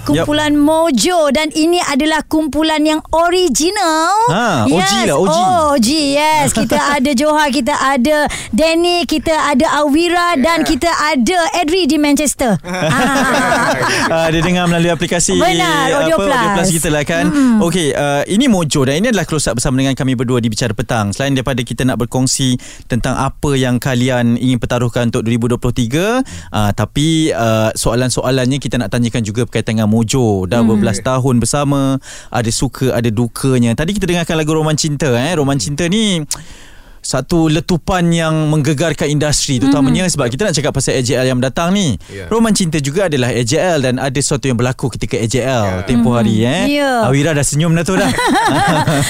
Kumpulan Mojo dan ini adalah kumpulan yang original. Ha, OG lah, OG. OG, yes. Kita ada Johar, kita ada Danny, kita ada Awira Ya. dan kita ada Edri di Manchester. ha. uh, Dia dengar melalui aplikasi Benar, Audio Plus. Audio Plus kita lah kan mm. Okay uh, Ini Mojo Dan ini adalah close up bersama dengan kami berdua Di Bicara Petang Selain daripada kita nak berkongsi Tentang apa yang kalian ingin pertaruhkan Untuk 2023 uh, Tapi uh, soalan-soalannya Kita nak tanyakan juga berkaitan dengan Mojo Hmm. Dah mm. berbelas tahun bersama Ada suka ada dukanya Tadi kita dengarkan lagu Roman Cinta eh. Roman Cinta ni satu letupan yang menggegarkan industri Hmm. terutamanya mm-hmm. sebab kita nak cakap pasal AJL yang datang ni. Yeah. Ya. Roman cinta juga adalah AJL dan ada sesuatu yang berlaku ketika AJL yeah. Ya. tempoh hari eh. Ya. Awira dah senyum dah tu dah.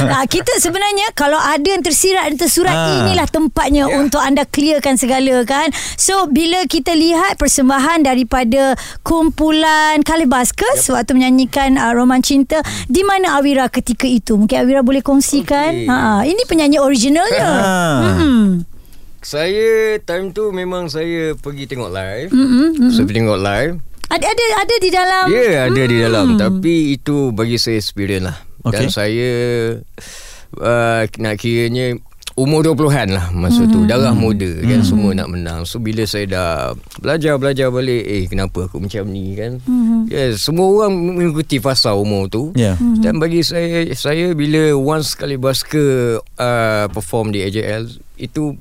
nah, Ah, kita sebenarnya kalau ada yang tersirat dan tersurat Ah. inilah tempatnya yeah. untuk anda clearkan segala kan. So bila kita lihat persembahan daripada kumpulan Kalibaskus yep. waktu menyanyikan uh, Roman Cinta di mana Awira ketika itu? Mungkin Awira boleh kongsikan. Okay. Okey. Ha ini penyanyi originalnya. ha. Hmm. Saya time tu memang saya pergi tengok live. Mm-hmm. Saya pergi tengok live. Ada ada ada di dalam. Ya yeah, ada di dalam tapi itu bagi saya experience lah. Okey. Dan saya uh, nak kiranya umur 20-an lah masa tu darah muda kan semua nak menang. So bila saya dah belajar-belajar balik eh kenapa aku macam ni kan. Ya yeah, semua orang mengikuti fasa umur tu. Ya. Dan bagi saya saya bila once sekali Baska uh, perform di AJL itu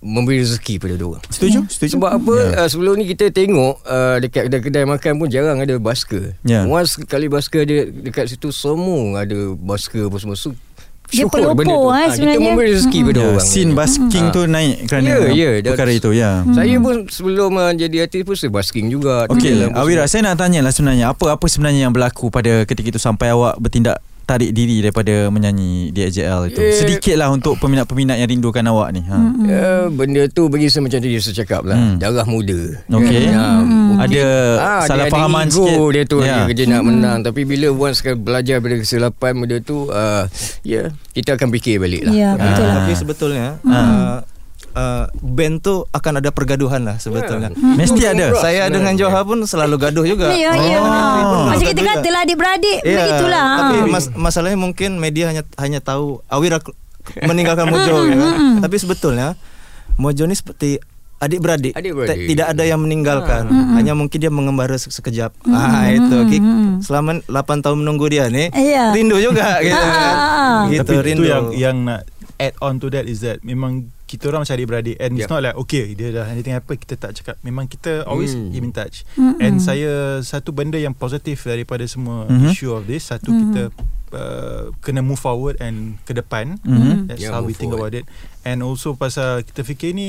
memberi rezeki pada dia orang. Setuju? Setuju. Ya. Sebab apa yeah. uh, sebelum ni kita tengok uh, dekat kedai-kedai makan pun jarang ada basker. Ya. Once kali basker ada dekat situ semua ada basker apa semua. So, Dia syukur benda tu. pelopor, eh, Ah, Kita sebenarnya. memberi rezeki Ya, pada orang. Ha. Scene basking tu naik kerana Ya, ya, dah- perkara itu ya. Saya pun sebelum uh, jadi artis pun saya basking juga. Okey, Dalam- Awira saya nak tanya lah sebenarnya apa apa sebenarnya yang berlaku pada ketika itu sampai awak bertindak tarik diri daripada menyanyi di AJL itu. Eh. Sedikitlah untuk peminat-peminat yang rindukan awak ni. Ha. Ya, benda tu bagi saya macam tadi saya cakap lah. Hmm. Darah muda. Ya, Okey. mungkin- Ada Ah, salah dia fahaman ada ego sikit. dia tu Ya. yeah. dia kerja nak menang tapi bila once sekali belajar dari kesilapan benda tu uh, ya yeah, kita akan fikir balik lah Ya, Ah. betul lah. Mhm, Ah. Tapi Iya, sebetulnya uh, uh, band tu akan ada pergaduhan lah Iya. sebetulnya. Mesti ada. Saya dengan Johar pun selalu gaduh juga. Ya, ya. iya. Oh. Macam kita Gaduh kata juga. lah adik-beradik Ya, begitulah. Tapi Iya. Ha. mas- masalahnya mungkin media hanya hanya tahu Awira k- meninggalkan Mojo ya. Tapi sebetulnya Mojo ni seperti adik-beradik. Adik-beradik. Ti- Tidak ada yang meninggalkan. Hanya mungkin dia mengembara se- sekejap. Ah itu. Ki- Selama 8 tahun menunggu dia ni Ya. rindu juga gitu. kan. Ah. Gitu Tapi rindu. itu yang yang nak add on to that is that memang kita orang macam adik-beradik and yeah. it's Yeah. not like okay dia dah anything happen kita tak cakap memang kita always Hmm. mm. in touch mm and saya satu benda yang positif daripada semua Mhm. mm-hmm. issue of this satu mm-hmm. kita uh, kena move forward and ke depan Mhm. mm-hmm. that's Yeah, yeah, how we Ya, move think forward. about it and also pasal kita fikir ni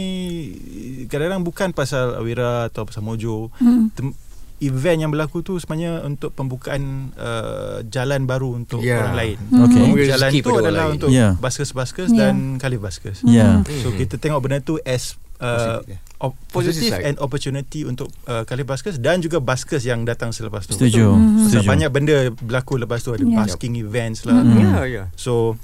kadang-kadang bukan pasal Awira atau pasal Mojo mm. Tem- event yang berlaku tu sebenarnya untuk pembukaan uh, jalan baru untuk Yeah. yeah. orang lain Okay. Pembukaan jalan Rezeki tu Ya. pada orang adalah lain. untuk Yeah. yeah. baskers-baskers Yeah. dan kalif baskers. Ya. So kita tengok benda tu as uh, op- Hmm. Positive positive side. and opportunity untuk uh, kalif baskers dan juga baskers yang datang selepas tu. Setuju. Setuju. Sebab banyak benda berlaku lepas tu ada Yeah. yeah. basking events ya lah. yeah, ya yeah. So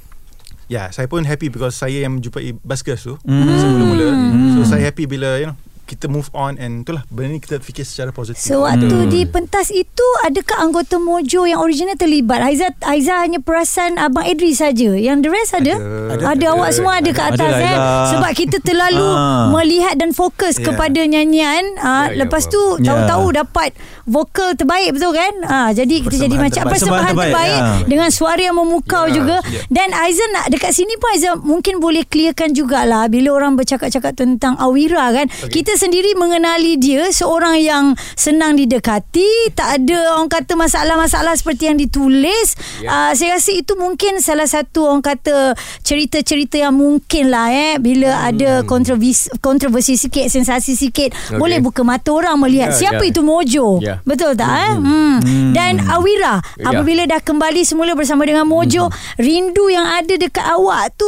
yeah, saya pun happy because saya yang menjumpai baskers tu Hmm. semula-mula. Hmm. So saya happy bila you know kita move on and itulah benda ni kita fikir secara positif. Sewaktu hmm. Hmm. di pentas itu adakah anggota Mojo yang original terlibat? Haiza Haiza hanya perasan abang Edri saja. Yang the rest ada? Ada, ada, awak semua ada kat Ada atas lah, eh. Haiza. Sebab kita terlalu Ah. melihat dan fokus yeah. Ya. kepada nyanyian. Ah Ya, ya, lepas faham. tu Ya. tahu-tahu dapat vokal terbaik betul kan? Ah jadi kita jadi macam Persembahan terbaik. persembahan Persembahan terbaik, terbaik, ya. dengan suara yang memukau Ya, juga. Dan Haiza nak dekat sini pun Haiza mungkin boleh clearkan jugalah bila orang bercakap-cakap tentang Awira kan. Okay. Kita sendiri mengenali dia seorang yang senang didekati, tak ada orang kata masalah-masalah seperti yang ditulis. Ya. Yeah. Uh, saya rasa itu mungkin salah satu orang kata cerita-cerita yang mungkin lah eh bila hmm. ada kontroversi, kontroversi sikit, sensasi sikit, okay. Okay. boleh buka mata orang melihat yeah, Ya, siapa yeah. ya. itu Mojo. Ya. Betul tak eh? Hmm. Dan Awira Ya. Hmm. apabila dah kembali semula bersama dengan Mojo, rindu yang ada dekat awak tu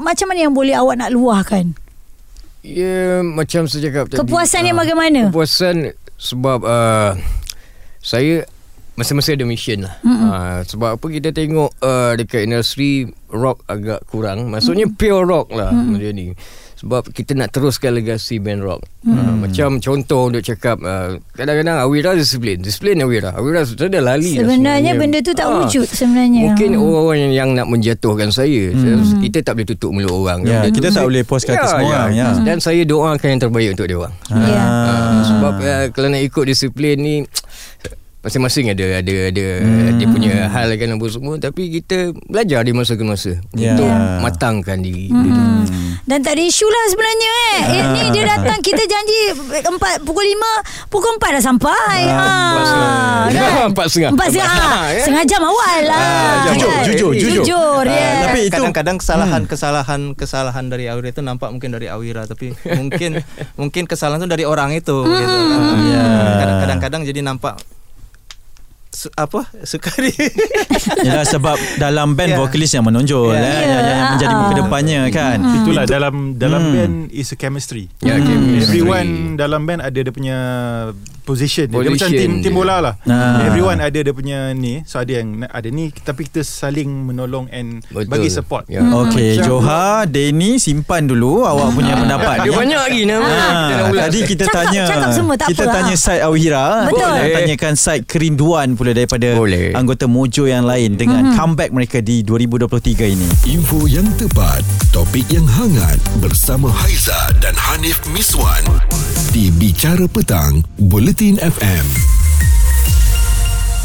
macam mana yang boleh awak nak luahkan? Ya, macam saya cakap tadi. Kepuasan yang Ah, bagaimana? Kepuasan sebab uh, saya masa-masa demikian lah. Mm-hmm. Uh, sebab apa kita tengok uh, dekat industri rock agak kurang. Maksudnya mm-hmm. pure rock lah mm-hmm. macam ni. Sebab kita nak teruskan legasi band rock. Mm-hmm. Uh, macam contoh untuk cakap uh, kadang-kadang Awira disiplin. Disiplin Awira. Awira sudah dah lali lah Sebenarnya benda tu tak Ah. wujud sebenarnya. Hmm. Mungkin orang-orang yang, yang nak menjatuhkan saya. Hmm. Kita tak boleh tutup mulut orang. Ya, Benda kita tu tak saya- boleh puas kata semua orang, ya. Ha. Dan saya doakan yang terbaik untuk dia orang. Ya. Ah, sebab uh, kalau nak ikut disiplin ni masing-masing ada ada ada hmm. dia punya hal kan apa semua tapi kita belajar dari masa ke masa Ya. untuk Ya. matangkan diri hmm. Dan tak ada isu lah sebenarnya eh. Ah. eh ni dia datang kita janji empat pukul lima pukul empat dah sampai. Ha. kan? Ah, empat setengah Empat setengah. Ah, Ha, ya. Ah, Setengah jam awal lah. jam kan? awal. Jujur, jujur. Jujur, ya. Ah, Tapi itu- Hmm. kadang-kadang kesalahan kesalahan kesalahan dari Awira itu nampak mungkin dari Awira tapi mungkin mungkin kesalahan itu dari orang itu gitu. Ah, Ya. kadang- Kadang-kadang jadi nampak su- apa suka di Yalah sebab dalam band Ya. vokalis yang menonjol Ya. eh, yang, yang Ya. menjadi muka depannya kan. Mm. Itulah dalam dalam Hmm. band is a Mm. chemistry. Ya, chemistry. Everyone dalam band ada dia punya position. dia. Dia Position macam tim dia. tim bola lah. Ah. Everyone ada dia punya ni. So ada yang ada ni tapi kita saling menolong and Betul. bagi support. Ya. Okey, Macam- Joha, Denny simpan dulu awak punya pendapat. Ah. Dia ya. banyak lagi nama kita nak Eh, Ah, ulas. tadi kita Cakap- tanya cakap semua, tak Kita apa, tanya ah. side Awira Betul. Kita nak Boleh. tanyakan side kerinduan pula Daripada Boleh. anggota Mojo yang lain Dengan comeback mereka di 2023 ini Info yang tepat, topik yang hangat bersama Haiza dan Hanif Miswan di Bicara Petang, Buletin FM.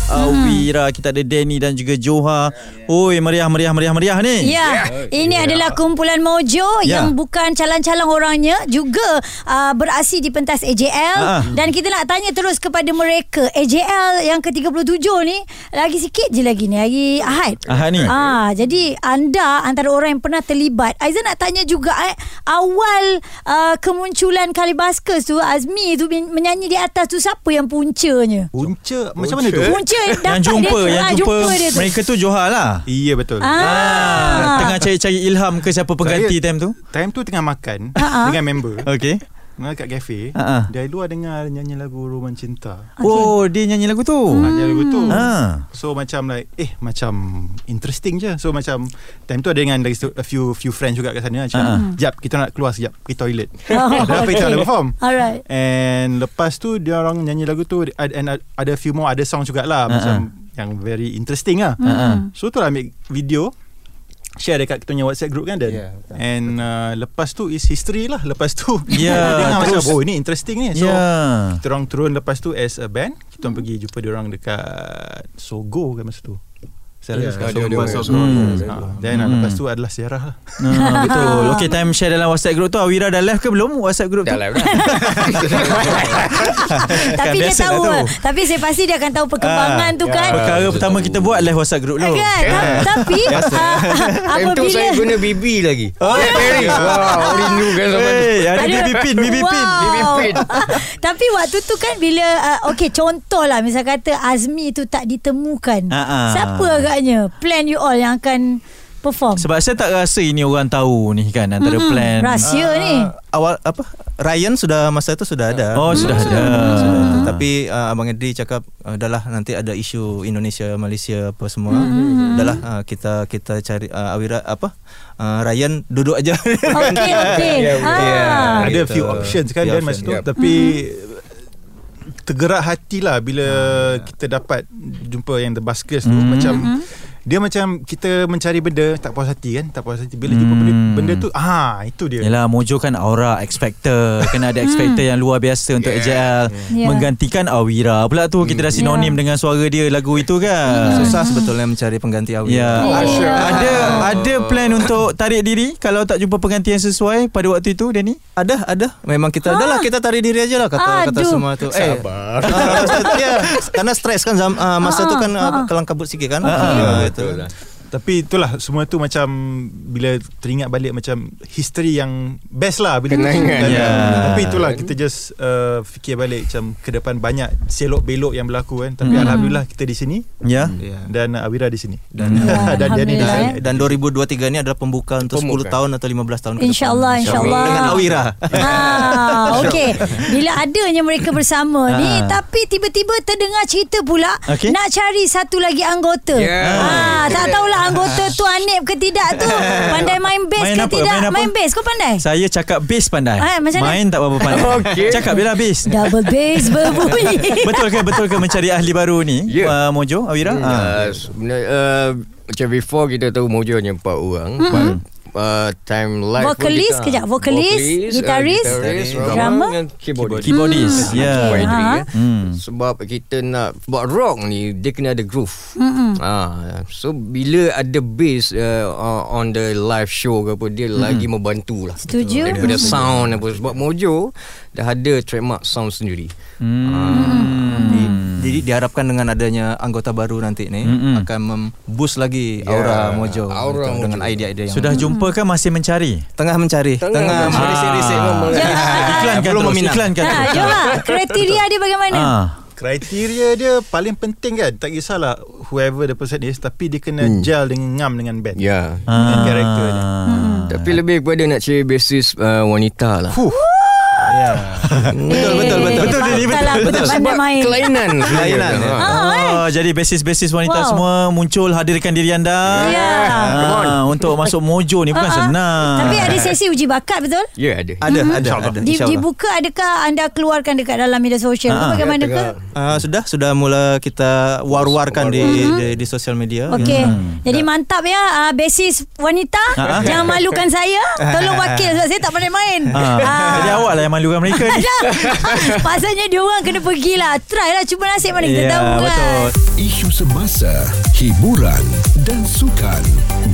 Awira, kita ada Denny dan juga Joha Oi, meriah, meriah, meriah, meriah ni Ya, ini adalah kumpulan Mojo Ya. yang bukan calang-calang orangnya juga uh, berasi di pentas AJL Ah. dan kita nak tanya terus kepada mereka AJL yang ke-37 ni lagi sikit je lagi ni hari Ahad. Ahad ni. Ah, jadi anda antara orang yang pernah terlibat. Aizan nak tanya juga eh, awal uh, kemunculan Kalibaskus tu Azmi tu men- menyanyi di atas tu siapa yang puncanya? Punca macam mana tu? Punca dapat Eh, Yang jumpa, dia, tu. yang Ah, jumpa, dia tu. Mereka tu Joha lah Iya betul. Ah. Tengah cari-cari ilham ke siapa pengganti Saya- time tu Time tu tengah makan Ha-ha. dengan member. Okay Tengah kat kafe. Ha-ha. Dari luar dengar nyanyi lagu Roman Cinta. ah. Oh, dia nyanyi lagu tu Hmm. Nyanyi lagu tu. Ah. So macam like Eh macam Interesting je So macam Time tu ada dengan like, A few few friends juga kat sana Macam Ah. uh-huh. Jap kita nak keluar sekejap Pergi toilet Oh, Lepas kita nak okay. perform Alright. And lepas tu Dia orang nyanyi lagu tu ad- And ad- ada few more Ada song jugalah uh-huh. Macam Yang very interesting lah Hmm. Ah, So tu lah ambil video Share dekat kita punya WhatsApp group kan Dan Ya, yeah, betul. And uh, lepas tu Is history lah Lepas tu Ya, Dengar macam terus. Oh ini interesting ni So Ya kita orang turun lepas tu as a band kita orang pergi jumpa dia orang dekat Sogo kan masa tu saya Ya, rasa dekat ada- Sogo ada- kan. Sogo, ya, Hmm. Sogo. Ah, then ah, Hmm. lepas tu adalah siarah lah Ah, betul. Okey, time share dalam WhatsApp group tu. Awira dah left ke belum WhatsApp group tu? Dah lah dah. Tapi dia biasa tahu lah tu. Tapi saya pasti dia akan tahu Perkembangan Ah, tu kan Perkara pertama kita buat live WhatsApp group Kan dulu. Ta- Tapi ah, ah, Time tu saya Apabila guna BB lagi Blackberry Wah rindu kan sama tu Oh, Hey, ada BB pin, BB pin. Wow. Pin. Tapi waktu tu kan bila uh, Okay contohlah Misal kata Azmi tu tak ditemukan Ah, ah. Siapa agaknya Plan you all yang akan Perform Sebab saya tak rasa ini orang tahu ni kan antara Mm-mm, plan. Rahsia ni Ah. awal apa Ryan sudah masa itu sudah ada. Hmm. Oh, sudah ada. Sudah ada. Tapi uh, abang Edri cakap uh, dah lah nanti ada isu Indonesia Malaysia apa semua. Mm-hmm. Dah lah uh, kita kita cari uh, Awira apa uh, Ryan duduk aja. Okay okay Yeah, ah. yeah. Ah, gitu. ada few options Few kan dan options, masa tu yep. tapi tergerak hati lah bila kita dapat jumpa yang The Baskers tu macam dia macam kita mencari benda tak puas hati kan tak puas hati bila jumpa benda, benda tu ah itu dia Yelah Mojo kan aura X-Factor Kena ada X-Factor yang luar biasa Untuk yeah. AJL Yeah. Menggantikan Awira Pula tu kita dah Yeah. sinonim Dengan suara dia lagu itu kan Susah sebetulnya mencari pengganti Awira. Ya. Yeah. Ada ada plan untuk tarik diri kalau tak jumpa pengganti yang sesuai pada waktu itu Danny? Ada, ada. Memang kita ha? adalah kita tarik diri aja lah Ah. kata kata Aduh. semua tu. Eh, Sabar. Ah, ah, ya, karena stres kan zam, ah, masa tu kan ah, kelang kabut ah, sikit kan. Ah, Ya, ah, itu. Betul lah Tapi itulah semua tu macam bila teringat balik macam history yang best lah bila Kenangan. Dan- Ya. Tapi itulah kita just uh, fikir balik macam ke depan banyak selok belok yang berlaku kan. Tapi Hmm. alhamdulillah kita di sini Ya. Hmm. Ya. dan uh, Awira di sini. Dan- Ya, dan Diani di Alhamdulillah, eh. sini. Dan 2023 ni adalah pembuka untuk Pembuka. 10 tahun atau 15 tahun ke depan. InsyaAllah, insyaAllah. Dengan Awira. Ah, okey. Bila adanya mereka bersama ni Ah. tapi tiba-tiba terdengar cerita pula Okey. nak cari satu lagi anggota. Ya. Ah, tak tahulah anggota tu Anip ke tidak tu. Pandai main bass Main ke apa? tidak? Main apa? Main bass. Kau pandai? Saya cakap bass pandai. Ah, macam mana? Main tak apa-apa pandai. Okey. Cakap bila bass. Double bass berbunyi. betul ke betul ke mencari ahli baru ni? Ya. Uh, Mojo, Awira? Hmm. Uh, sebenarnya uh, macam before kita tahu Mojo hanya empat orang. Mm-hmm. Uh, time live pun Vokalis, kita- ah, kejap. Vokalis, gitaris, uh, gitaris drama, drama dengan Ah. keyboardis. Keyboardist. Ah, Ya. Okay. poetry, Ha. ya. Hmm. Sebab kita nak buat rock ni dia kena ada groove. Mm-hmm. Ha, so bila ada bass uh, on the live show ke apa dia mm-hmm. lagi membantu lah. Setuju. Daripada sound apa sebab Mojo dah ada trademark sound sendiri. Ah, Hmm. Jadi, jadi diharapkan dengan adanya anggota baru nanti ni Mm-mm. akan memboost lagi Ya, aura Mojo aura gitu, dengan Mojo. idea-idea yang Sudah jumpa ke masih mencari? tengah mencari, tengah, mencari. merisik-risik mem- Iklankan Belum terus. meminang. Iklankan Ha, terus. Ya. jom lah. Kriteria dia bagaimana? kan? Ah. Kriteria dia paling penting kan. Tak kisahlah whoever the person is tapi dia kena hmm. gel dengan ngam dengan band. Ya. Yeah. Dengan Ah. karakter dia. Hmm. Tapi lebih kepada nak cari basis uh, wanita lah. Betul, betul, betul. Betul, betul. Betul, betul. Pandai main. kelainan. Kelainan, Ha. eh. Oh, jadi basis-basis wanita Ah, Wow. semua muncul hadirkan diri anda. Ya. Ah, untuk masuk mojo ni bukan Ah, ah. senang. Tapi ada sesi uji bakat betul? Ya ada. Ada, ada, ada. Mm-hmm. Di, InsyaAllah. dibuka adakah anda keluarkan dekat dalam media sosial? Ah, ah. Bagaimana ke? Ah, sudah sudah mula kita war-warkan di, Mm-hmm. di di sosial media. Ya, Okey. Jadi mantap ya uh, basis wanita. Ah, ah. Jangan malukan saya. Tolong wakil sebab saya tak pandai main. Ah. Jadi awak lah yang malukan mereka ni. Pasalnya dia orang kena pergilah. Try lah cuba nasib mana kita Ya, tahu kan. betul. Isu semasa, hiburan dan sukan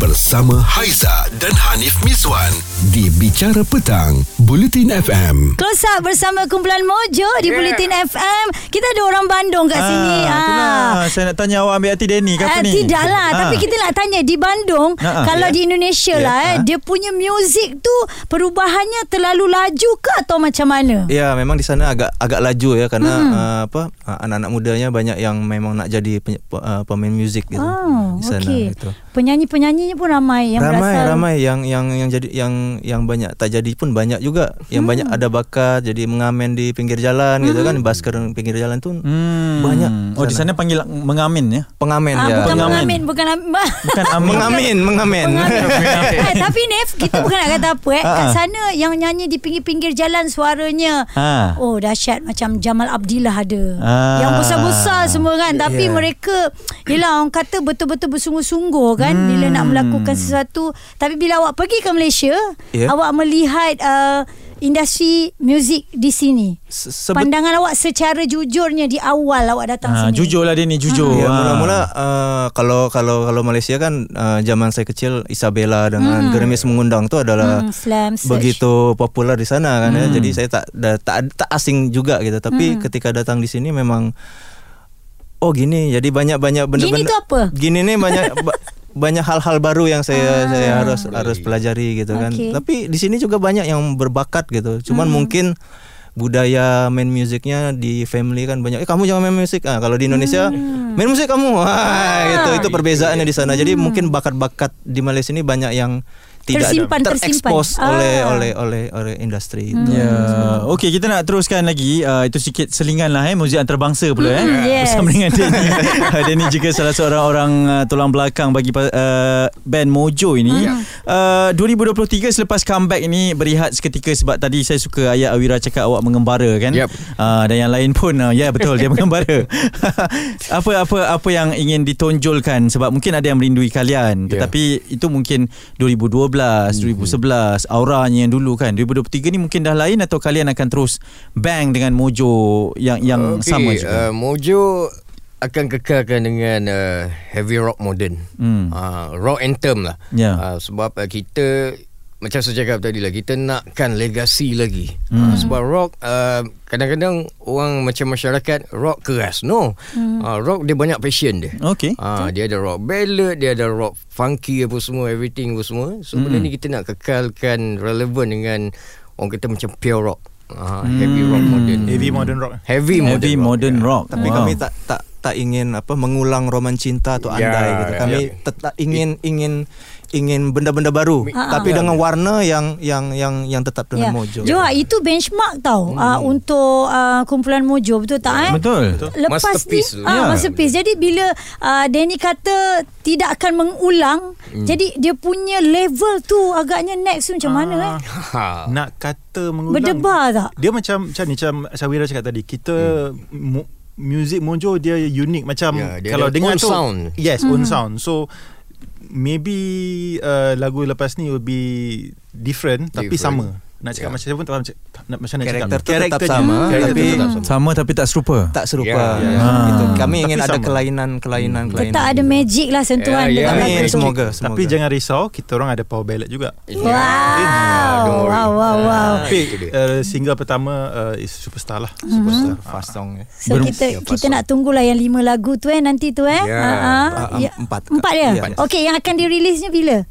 bersama Haiza dan Hanif Miswan di Bicara Petang, Bulletin FM. Close up bersama kumpulan Mojo di Bulletin FM. Kita ada orang Bandung kat sini. Ah, itulah. Ah. Saya nak tanya awak ambil hati Danny ke apa Ah, ni? Tidaklah Ah. Tapi kita nak tanya Di Bandung Ah, ah. Kalau Ya. di Indonesia Ya. lah eh, Ah. Dia punya muzik tu Perubahannya terlalu laju ke Atau macam mana? Ya, memang di sana agak agak laju ya karena Mm-hmm. uh, apa uh, anak-anak mudanya banyak yang memang nak jadi peny- pe- uh, pemain muzik gitu Oh, di sana okey. gitu. Penyanyi-penyanyinya pun ramai yang ramai berasal. ramai yang yang yang jadi yang yang banyak tak jadi pun banyak juga. Yang banyak Mm. ada bakat jadi mengamen di pinggir jalan gitu Mm-hmm. kan, basker pinggir jalan tu Hmm. Banyak Oh di sana panggil mengamin ya. pengamen Ah, ya. bukan Pengamen. mengamin, bukan Bukan Ah, amin. Mengamen, mengamen. eh, tapi Nef, kita bukan nak kata apa eh. Kat Ah, ah. sana yang nyanyi di pinggir-pinggir jalan suaranya. Ah. Oh dahsyat macam Jamal Abdillah ada. Ah. Yang besar-besar semua kan. Tapi Yeah. mereka yelah orang kata betul-betul bersungguh-sungguh kan Hmm. bila nak melakukan sesuatu. Tapi bila awak pergi ke Malaysia, Yeah. awak melihat uh, industri muzik di sini. Se- sebet- Pandangan awak secara jujurnya di awal awak datang Ah, sini. jujur lah dia ni jujur. Ya, Ah. mula-mula uh, kalau kalau kalau Malaysia kan uh, zaman saya kecil Isabella dengan Gerimis mengundang tu adalah Hmm, slam search. begitu popular di sana kan ya. Hmm. Jadi saya tak dah, tak tak asing juga gitu. Tapi ketika datang di sini memang oh gini. Jadi banyak-banyak benda-benda. Gini tu apa? Gini ni banyak ba- banyak hal-hal baru yang saya saya harus harus pelajari gitu kan. Ah. Okey. Hmm. Tapi di sini juga banyak yang berbakat gitu. Cuman mungkin budaya main musiknya di family kan banyak eh kamu jangan main musik ah kalau di Indonesia Hmm. main musik kamu ah, gitu itu perbezaannya di sana jadi mungkin bakat-bakat di Malaysia ini banyak yang tidak Tersimpan, ada, tersimpan. terekspos Ah. Hmm. oleh oleh oleh oleh industri itu. Ya. Okey, kita nak teruskan lagi. Uh, itu sikit selingan lah eh muzik antarabangsa pula eh. Mm, yes. Bersama dengan Denny. Denny juga salah seorang orang uh, tulang belakang bagi pa- uh, band Mojo Hmm. ini. Uh, 2023 selepas comeback ini berehat seketika sebab tadi saya suka ayat Awira cakap awak mengembara kan. Yap. Uh, dan yang lain pun uh, ya yeah, betul dia mengembara. apa apa apa yang ingin ditonjolkan sebab mungkin ada yang merindui kalian Ya. Mhm. tetapi tapi itu mungkin 2012, 2011 auranya yang dulu kan. 2023 ni mungkin dah lain atau kalian akan terus bang dengan mojo yang yang Okey, sama juga. Uh, Mojo akan kekalkan dengan uh, heavy rock modern. Hmm. Uh, rock anthem lah. Ya. Uh, sebab uh, kita macam saya cakap tadi lah kita nakkan legasi lagi hmm. sebab rock uh, kadang-kadang orang macam masyarakat rock keras no hmm. uh, rock dia banyak passion dia Okey. Ah, dia ada rock ballad, dia ada rock funky apa semua, everything apa semua. So mm. benda ni kita nak kekalkan relevan dengan orang kata macam pure rock. Ah, heavy rock modern. Heavy modern rock. Heavy modern. Heavy rock, modern ya. rock. Tapi Wow. kami tak tak tak ingin apa mengulang roman cinta atau Ya, andai gitu. Kami ya. tetap ingin ingin ingin benda-benda baru Ah, tapi dengan warna yang yang yang yang tetap dengan mojo. Hmm. Johar, Ya. itu benchmark tau uh, untuk uh, kumpulan Mojo betul tak eh? Betul. Lepas ni Masterpiece tu. ah, Ya. masterpiece. Jadi bila uh, Danny kata tidak akan mengulang, Hmm. jadi dia punya level tu agaknya next tu macam Ah, mana eh? Ha. Nak kata mengulang. Berdebar tak? Dia macam macam ni macam Sawira cakap tadi. Kita mu, music Mojo dia unik macam Hmm. Ya, dia kalau ada own dengar tu sound. Yes, own sound. So maybe uh, lagu lepas ni will be different, tapi Different. sama. Nak Ya. cakap macam saya pun tak faham cak- tak- nak- macam mana nak Karakter cakap. tu tetap Karakter je. sama Karakter tapi tu tetap sama. Sama tapi tak serupa. tak Ya, serupa. ya. Ya, Gitu. Kami Tapi ingin ada sama. kelainan-kelainan kelainan. Tetap ada magic lah sentuhan Ya, ya. dekat Kami lagu tu. semoga semoga. Tapi jangan risau, kita orang ada power ballad juga. Wow. Wow, wow, wow. Ah, Itu dia. Uh, single pertama uh, is superstar lah. superstar fast song. ya. So Belum kita siap kita Ya, pasal. nak tunggulah yang lima lagu tu eh nanti tu eh. Ya. Ha, ha. Ah, Ya. empat. Empat dia. Ya. Okey, yang akan dirilisnya bila?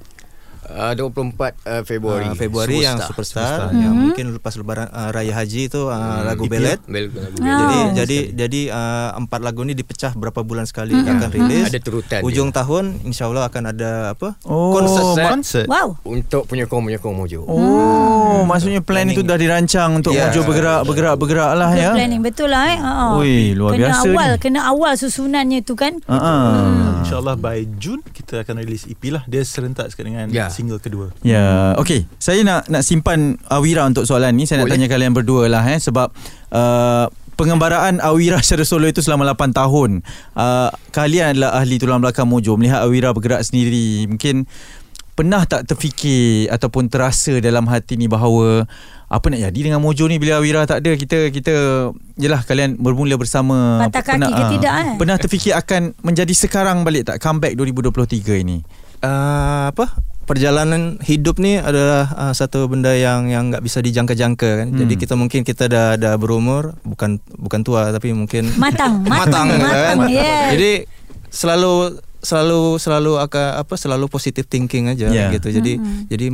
Uh, 24 uh, Februari. Februari, Ah, Februari yang superstar, yang mungkin lepas lebaran ah, raya haji itu ah, Hmm. lagu belet. Bel- Jadi Oh. jadi jadi ah, empat lagu ini dipecah berapa bulan sekali akan rilis. Ada turutan Ujung tahun insyaallah akan ada apa? Oh, Konsert. Set. Concert. Wow. Untuk penyokong penyokong Mojo. Oh, maksudnya plan itu dah dirancang untuk Ya. Mojo bergerak bergerak bergerak lah Good ya. planning betul lah eh. Ha, ha. Ui, luar kena biasa awal, ni. kena awal susunannya tu kan. Ha ah. InsyaAllah by Jun kita akan release EP lah. Dia serentak sekat dengan Ya. single kedua. Ya, okey. Saya nak nak simpan Awira untuk soalan ni. Saya nak Boleh. tanya kalian berdua lah eh sebab uh, pengembaraan Awira secara solo itu selama 8 tahun. Uh, kalian adalah ahli tulang belakang Mojo. Melihat Awira bergerak sendiri, mungkin pernah tak terfikir ataupun terasa dalam hati ni bahawa apa nak jadi dengan Mojo ni bila Awira tak ada kita kita jelah kalian bermula bersama Patah kaki ke ah, tidak, eh? pernah terfikir akan menjadi sekarang balik tak comeback 2023 ini Ah, apa? Perjalanan hidup ni adalah ah, satu benda yang yang nggak bisa dijangka-jangka kan. Jadi kita mungkin kita dah dah berumur, bukan bukan tua tapi mungkin kan? Matang, matang, kan? matang. Yeah. Jadi selalu selalu selalu akan apa selalu positive thinking aja kan? Yeah. gitu. Jadi Mm-hmm. jadi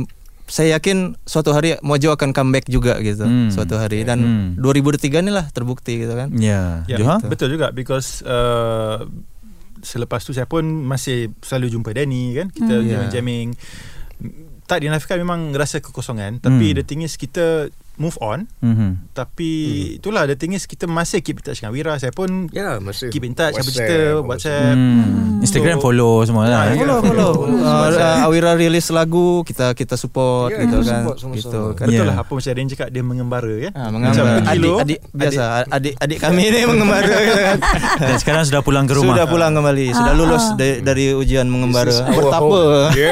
saya yakin suatu hari Mojo akan comeback juga gitu. Hmm. Suatu Hmm. hari dan 2023 ni lah terbukti gitu kan. ya yeah. Ya, Johan Betul juga because uh, selepas tu saya pun masih selalu jumpa Danny kan. Kita Hmm. jamming jamming. Tak dinafikan memang rasa kekosongan tapi Hmm. the thing is kita move on Mhm. tapi itulah the thing is kita masih keep in touch dengan Wira. Saya pun Ya, masa keep in touch, apa WhatsApp, cerita WhatsApp. Hmm. Instagram So- follow semua lah. Ah, eh. follow, Follow. Uh, uh, Awira rilis lagu, kita kita support Ya, gitu kita kan. support sama-sama. Gitu kan. Betul Ya. lah apa macam Danny cakap dia mengembara kan. Ha, Macam mengembara pergi adik, loh, adik biasa adik adik kami ni mengembara gitu kan. Dan sekarang sudah pulang ke rumah. Sudah pulang kembali, sudah lulus dari, dari ujian mengembara. This is our Bertapa. home. Ya.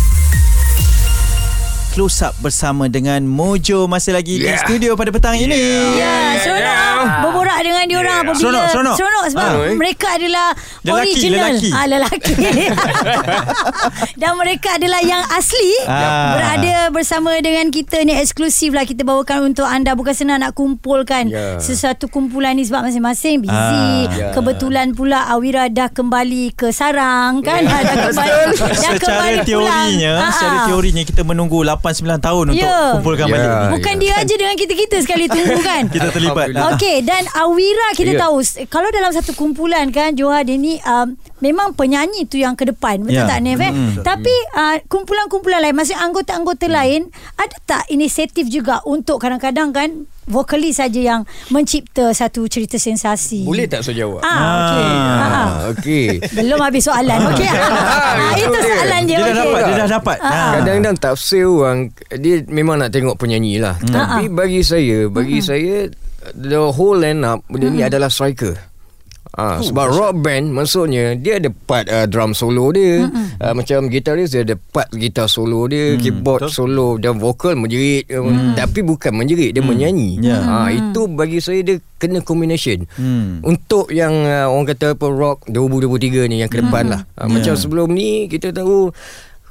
Close up bersama dengan Mojo masih lagi di Yeah. studio pada petang ini. Ya, seronok ah, berborak dengan diorang yeah. apabila Seronok, seronok. seronok sebab Ah, ah, mereka adalah Lelaki, original lelaki. Ah, lelaki. Dan mereka adalah yang asli Ah. berada bersama dengan kita ni eksklusif lah kita bawakan untuk anda bukan senang nak kumpulkan Ya. sesuatu kumpulan ni sebab masing-masing busy. Ah. Kebetulan pula Awira dah kembali ke sarang kan yeah. dah kembali dah kembali Secara pulang. teorinya, Ah, ah. secara teorinya kita menunggu 8 9 tahun untuk Ya. kumpulkan Ya. balik. Bukan dia aja dengan kita-kita sekali tunggu kan. Kita terlibat. Alhamdulillah. Okey dan Awira kita yeah. Ya. tahu s- kalau dalam satu kumpulan kan Johar dia ni um, memang penyanyi tu yang ke depan betul Ya. yeah. tak Nev eh? Mm. Tapi uh, kumpulan-kumpulan lain maksudnya anggota-anggota lain ada tak inisiatif juga untuk kadang-kadang kan vokalis saja yang mencipta satu cerita sensasi. Boleh tak saya jawab? Ah okey. Ah. ah. Ah, okey. Belum habis soalan. Okey. ah, itu Betul dia. soalan dia. Dia dah okey. dapat, dia dah dapat. Ha. Kadang-kadang tafsir orang dia memang nak tengok penyanyi lah. Hmm. Tapi bagi saya, bagi hmm. saya the whole line up benda hmm. ni adalah striker. Ah, sebab rock band maksudnya dia ada part uh, drum solo dia mm-hmm. uh, macam gitaris dia ada part gitar solo dia mm. Hmm. keyboard Betul. solo dan vokal menjerit mm. tapi bukan menjerit dia mm. menyanyi Ya. ah itu bagi saya dia kena combination Hmm. untuk yang uh, orang kata apa rock 2023 ni yang ke Hmm. depan lah Ya. uh, macam sebelum ni kita tahu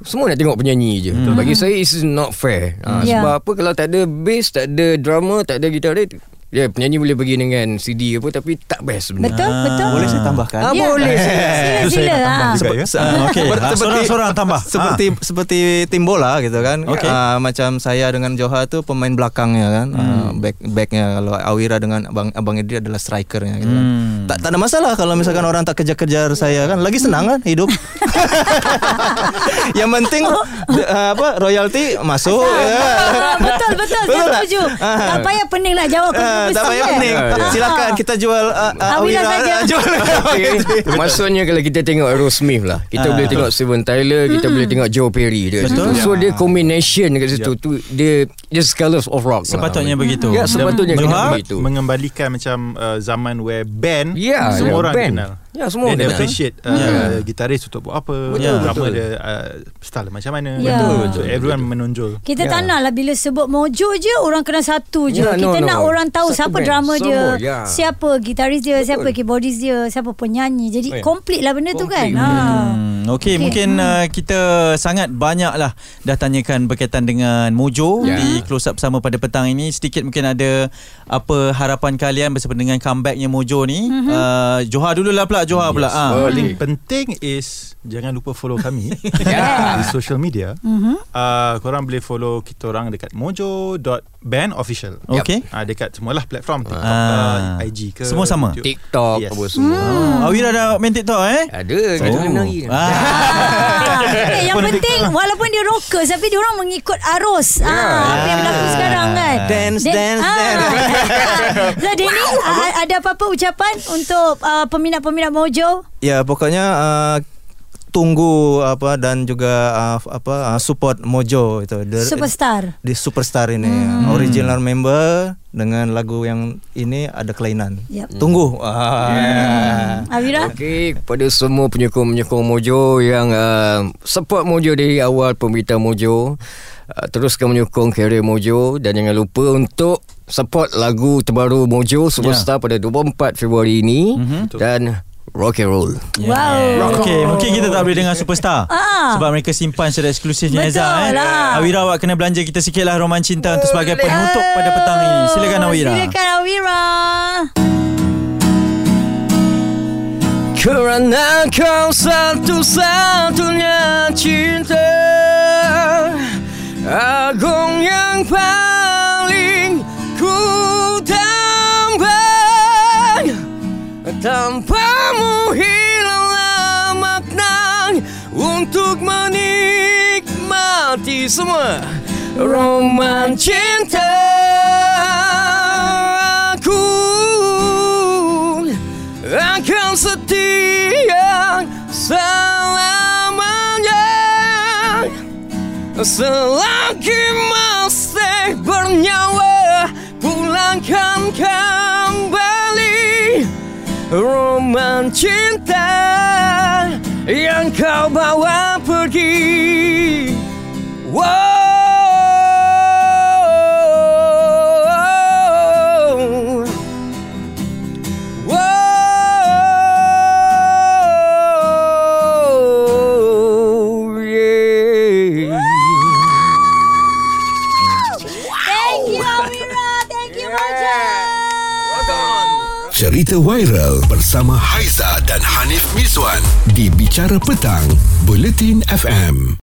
semua nak tengok penyanyi Hmm. je mm. bagi saya it's not fair uh, Ya. sebab apa kalau tak ada bass tak ada drama tak ada gitaris Ya penyanyi boleh pergi dengan CD apa tapi tak best sebenarnya. Betul, betul. Ya. Boleh saya tambahkan? Ah, boleh. Sila, Itu saya sila. nak tambah ah. juga Uh, ya. okay. Seperti- Ah, Seorang-seorang tambah. Seperti ha. seperti tim bola gitu kan. Ah. Okey. Ah, macam saya dengan Johar tu pemain belakangnya kan. Ah, Hmm. back backnya kalau Awira dengan Abang Abang Edri adalah strikernya gitu kan. Hmm. Tak tak ada masalah kalau misalkan orang tak kejar-kejar saya kan. Lagi senang kan hidup. Yang penting de- ah, apa royalty masuk. ya. Ah, betul betul saya Betul tak? setuju. Ah. Tak payah pening nak jawab Ah, uh, tak payah pening. Silakan kita jual ah, ah, Awira Awira, saja. ah, jual. Okay. Maksudnya kalau kita tengok Aerosmith lah Kita boleh tengok Steven Tyler Kita Hmm. boleh tengok Joe Perry dia Ah. Betul. Ya. Betul So dia combination dekat situ tu Dia Just colors of rock Sepatutnya lah. begitu. Ya sepatutnya kena Johar, begitu Mengembalikan macam uh, zaman where band Ya, semua ya, orang band. kenal. Ya, semua orang Dia kenal. appreciate uh, yeah. gitaris untuk buat apa, Betul, drama betul. dia uh, style macam mana. Ya. Betul, So everyone menonjol. Kita tak nak lah bila sebut mojo je orang kena satu je. Ya, kita no, nak no. orang tahu Satu siapa band, drama semua, dia, ya. siapa gitaris dia, siapa keyboardis dia, siapa penyanyi. Jadi Ya. komplit lah benda tu kan. Komplit Ha. Hmm, okey, okay. mungkin uh, kita sangat banyaklah dah tanyakan berkaitan dengan Mojo yeah. Ya. di close up sama pada petang ini. Sedikit mungkin ada apa harapan kalian bersama dengan comebacknya Mojo ni. Mhm. Mm-hmm. Uh, Johar dululah pula, Johar yes. pula. Ah. Paling penting is jangan lupa follow kami Ya. di social media. Mm-hmm. Uh, korang boleh follow kita orang dekat mojo.bandofficial. Oh. Okey. Uh, dekat semualah platform TikTok, Ah. uh, IG ke. Semua sama? YouTube. TikTok Yes. apa Hmm. semua Ah, Awira dah main TikTok eh? Ada Kita boleh menari Ah. Ah, eh, yang penting walaupun dia rockers tapi dia orang mengikut arus. Ya. Ah, apa yang berlaku sekarang kan. Ya. Dance, Dan- dance, dance. Lah Denny, ah, ada apa-apa ucapan untuk ah, peminat-peminat Mojo? Ya pokoknya uh, tunggu apa dan juga uh, apa uh, support Mojo itu The- Superstar. di superstar ini original member dengan lagu yang ini ada kelainan. Yep. Tunggu. Ah. Avira? Okey, kepada semua penyokong-penyokong Mojo yang uh, support Mojo dari awal pemberita Mojo, uh, teruskan menyokong karya Mojo dan jangan lupa untuk support lagu terbaru Mojo Superstar yeah. pada 24 Februari ini mm-hmm. dan rock and roll. Wow. Okey, mungkin kita tak boleh dengar superstar Ah. sebab mereka simpan secara eksklusifnya Betul Ezra eh. lah. Awira awak kena belanja kita sikit lah roman cinta untuk sebagai penutup pada petang ini. Silakan Awira. Oh, Silakan Awira. Kerana kau satu-satunya cinta Agung yang paling ku tambah Tanpamu hilanglah makna Untuk menikmati semua Roman cinta aku akan setia selamanya Selagi masih bernyawa Pulangkan kembali Roman cinta Yang kau bawa pergi Wow Wow, yeah. Thank you Awira. Thank you Mojo. Cerita viral bersama Haiza dan Hanif Miswan di Bicara Petang, Buletin FM.